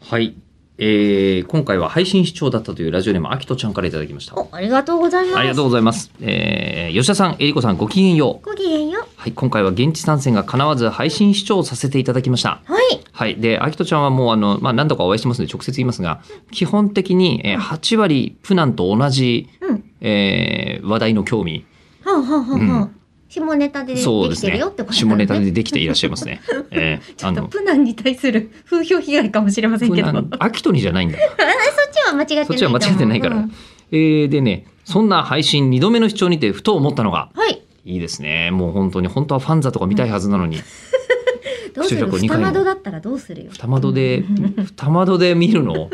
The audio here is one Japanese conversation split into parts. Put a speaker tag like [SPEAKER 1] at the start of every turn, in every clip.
[SPEAKER 1] はい。えー、今回は配信視聴だったというラジオネーム、あきとちゃんからいただきました。
[SPEAKER 2] お、ありがとうございます。
[SPEAKER 1] ありがとうございます。えー、吉田さん、えりこさん、ごきげんよう。
[SPEAKER 2] ごきげんよ
[SPEAKER 1] はい、今回は現地参戦が叶わず配信視聴させていただきました。
[SPEAKER 2] う。はい。
[SPEAKER 1] はい。で、あきとちゃんはもう、あの、まあ、何度かお会いしてますので、直接言いますが、基本的に、えー8割、プナンと同じ、
[SPEAKER 2] うん。
[SPEAKER 1] えー話題の興味。
[SPEAKER 2] はんはんはんはん。下ネタでで
[SPEAKER 1] そうで
[SPEAKER 2] き
[SPEAKER 1] す
[SPEAKER 2] てる
[SPEAKER 1] ね
[SPEAKER 2] よって。ことだね
[SPEAKER 1] 下ネタでできていらっしゃいますね。えー
[SPEAKER 2] ちょっとプナンに対する 風評被害かもしれません
[SPEAKER 1] プ
[SPEAKER 2] けど。
[SPEAKER 1] ナ
[SPEAKER 2] あそっ
[SPEAKER 1] ン、アキトにじゃないんだ。
[SPEAKER 2] ちは間違ってないと
[SPEAKER 1] そっ
[SPEAKER 2] 思う。
[SPEAKER 1] ちは間違ってないから。
[SPEAKER 2] うん
[SPEAKER 1] えーでね、そんな配信2度目の視聴にてふと思ったのが、
[SPEAKER 2] はい。
[SPEAKER 1] いいですね。もう本当に、本当はファンザとか見たいはずなのに、
[SPEAKER 2] どうす
[SPEAKER 1] 口
[SPEAKER 2] る
[SPEAKER 1] 力を二
[SPEAKER 2] 二
[SPEAKER 1] 回も
[SPEAKER 2] 窓だったらどうするよ。
[SPEAKER 1] 二窓で
[SPEAKER 2] うん
[SPEAKER 1] 二窓で見る の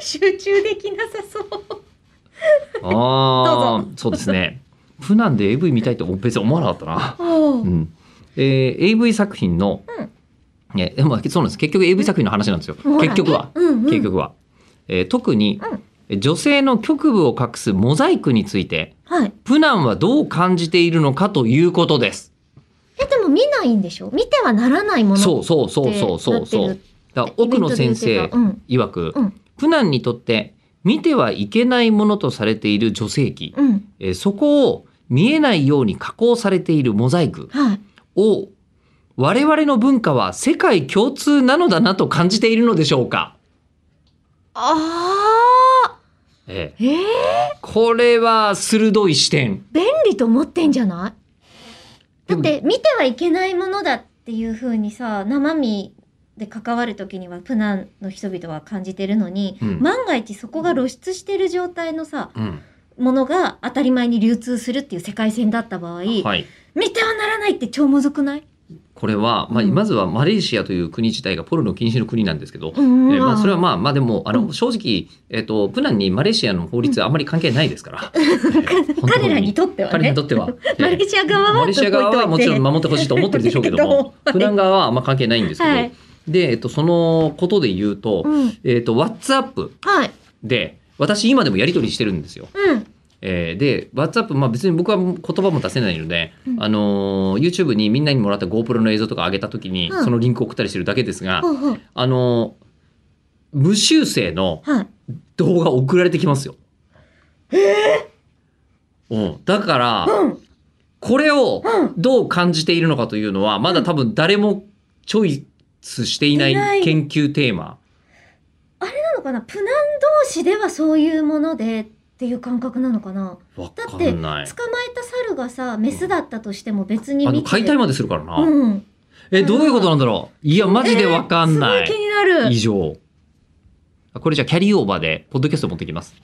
[SPEAKER 2] 集中できなさそう。
[SPEAKER 1] ああ
[SPEAKER 2] どうぞ
[SPEAKER 1] そうですね普段で AV 見たいと別に思わなかったな、
[SPEAKER 2] お
[SPEAKER 1] う
[SPEAKER 2] ー
[SPEAKER 1] んえー AV 作品の、ねでもそうなんです結局 AV 作品の話なんですよ
[SPEAKER 2] ほらね
[SPEAKER 1] 結局は、
[SPEAKER 2] うんうん
[SPEAKER 1] 結局は、えー特に
[SPEAKER 2] うん、
[SPEAKER 1] えー女性の局部を隠すモザイクについて
[SPEAKER 2] はい。
[SPEAKER 1] 普段はどう感じているのかということです
[SPEAKER 2] え、でも見ないんでしょ見てはならないもの。
[SPEAKER 1] そうそうそうそうそうそ
[SPEAKER 2] な
[SPEAKER 1] う
[SPEAKER 2] って
[SPEAKER 1] だから奥野先
[SPEAKER 2] イベ
[SPEAKER 1] 生
[SPEAKER 2] ントで言って
[SPEAKER 1] 曰く、
[SPEAKER 2] たうん。
[SPEAKER 1] プナンにとって見てはいけないものとされている女性器、
[SPEAKER 2] うん。うん。
[SPEAKER 1] えーそこを見えないように加工されているモザイク
[SPEAKER 2] はい。
[SPEAKER 1] を我々の文化は世界共通なのだなと感じているのでしょうか、
[SPEAKER 2] あ
[SPEAKER 1] ええ
[SPEAKER 2] ー。えー、
[SPEAKER 1] これは鋭い視点
[SPEAKER 2] 便利と思ってんじゃないだって見てはいけないものだっていう風にさ生身で関わる時にはプナンの人々は感じてるのに、
[SPEAKER 1] うん
[SPEAKER 2] 万が一そこが露出してる状態のさ
[SPEAKER 1] うん
[SPEAKER 2] ものが当たり前に流通するっていう世界線だった場合、
[SPEAKER 1] はい、
[SPEAKER 2] 見てはならないって超むずくない、
[SPEAKER 1] これは、まあ、
[SPEAKER 2] うん
[SPEAKER 1] まずはマレーシアという国自体がポルノ禁止の国なんですけど、
[SPEAKER 2] うん
[SPEAKER 1] えーまあ、それはまあまあでもあ
[SPEAKER 2] う
[SPEAKER 1] の
[SPEAKER 2] ん
[SPEAKER 1] 正直、えっとプナンにマレーシアの法律はあまり関係ないです から、
[SPEAKER 2] 彼らに
[SPEAKER 1] と
[SPEAKER 2] とっては
[SPEAKER 1] 彼ら
[SPEAKER 2] ね
[SPEAKER 1] にとっては
[SPEAKER 2] マレーシア側は
[SPEAKER 1] マレーシア側はもちろん守ってほしいと思ってるでしょうけども
[SPEAKER 2] はい
[SPEAKER 1] プラン側はあんま関係ないんですけど、
[SPEAKER 2] はい
[SPEAKER 1] で、えっと、そのことで言うと,、
[SPEAKER 2] うん
[SPEAKER 1] えっと WhatsApp
[SPEAKER 2] はい
[SPEAKER 1] で私今でもやり取りしてるんですよ。
[SPEAKER 2] うん
[SPEAKER 1] えーで WhatsApp、まあ、別に僕は言葉も出せないので、
[SPEAKER 2] うん
[SPEAKER 1] あのー YouTube にみんなにもらった GoPro の映像とか上げた時に、
[SPEAKER 2] うん
[SPEAKER 1] そのリンク送ったりしてるだけですが、
[SPEAKER 2] ほうほう
[SPEAKER 1] あのー無修正の
[SPEAKER 2] はい
[SPEAKER 1] 動画送られてきますよ。うん、だから、
[SPEAKER 2] うん
[SPEAKER 1] これを
[SPEAKER 2] うん
[SPEAKER 1] どう感じているのかというのは、まだ多分誰もチョイスしていない
[SPEAKER 2] いない
[SPEAKER 1] 研究テーマ。
[SPEAKER 2] なのかなプナン同士ではそういうものでっていう感覚なのかな
[SPEAKER 1] わ
[SPEAKER 2] だ
[SPEAKER 1] か
[SPEAKER 2] って
[SPEAKER 1] んない。
[SPEAKER 2] 捕まえた猿がさメスだったとしても別に
[SPEAKER 1] あの
[SPEAKER 2] 見て
[SPEAKER 1] 解体までするからな。
[SPEAKER 2] うん
[SPEAKER 1] え、どういうことなんだろういや、マジでわかんな
[SPEAKER 2] えーすごい気
[SPEAKER 1] い。
[SPEAKER 2] になる
[SPEAKER 1] 以上。これじゃあキャリーオーバーで、ポッドキャスト持ってきます。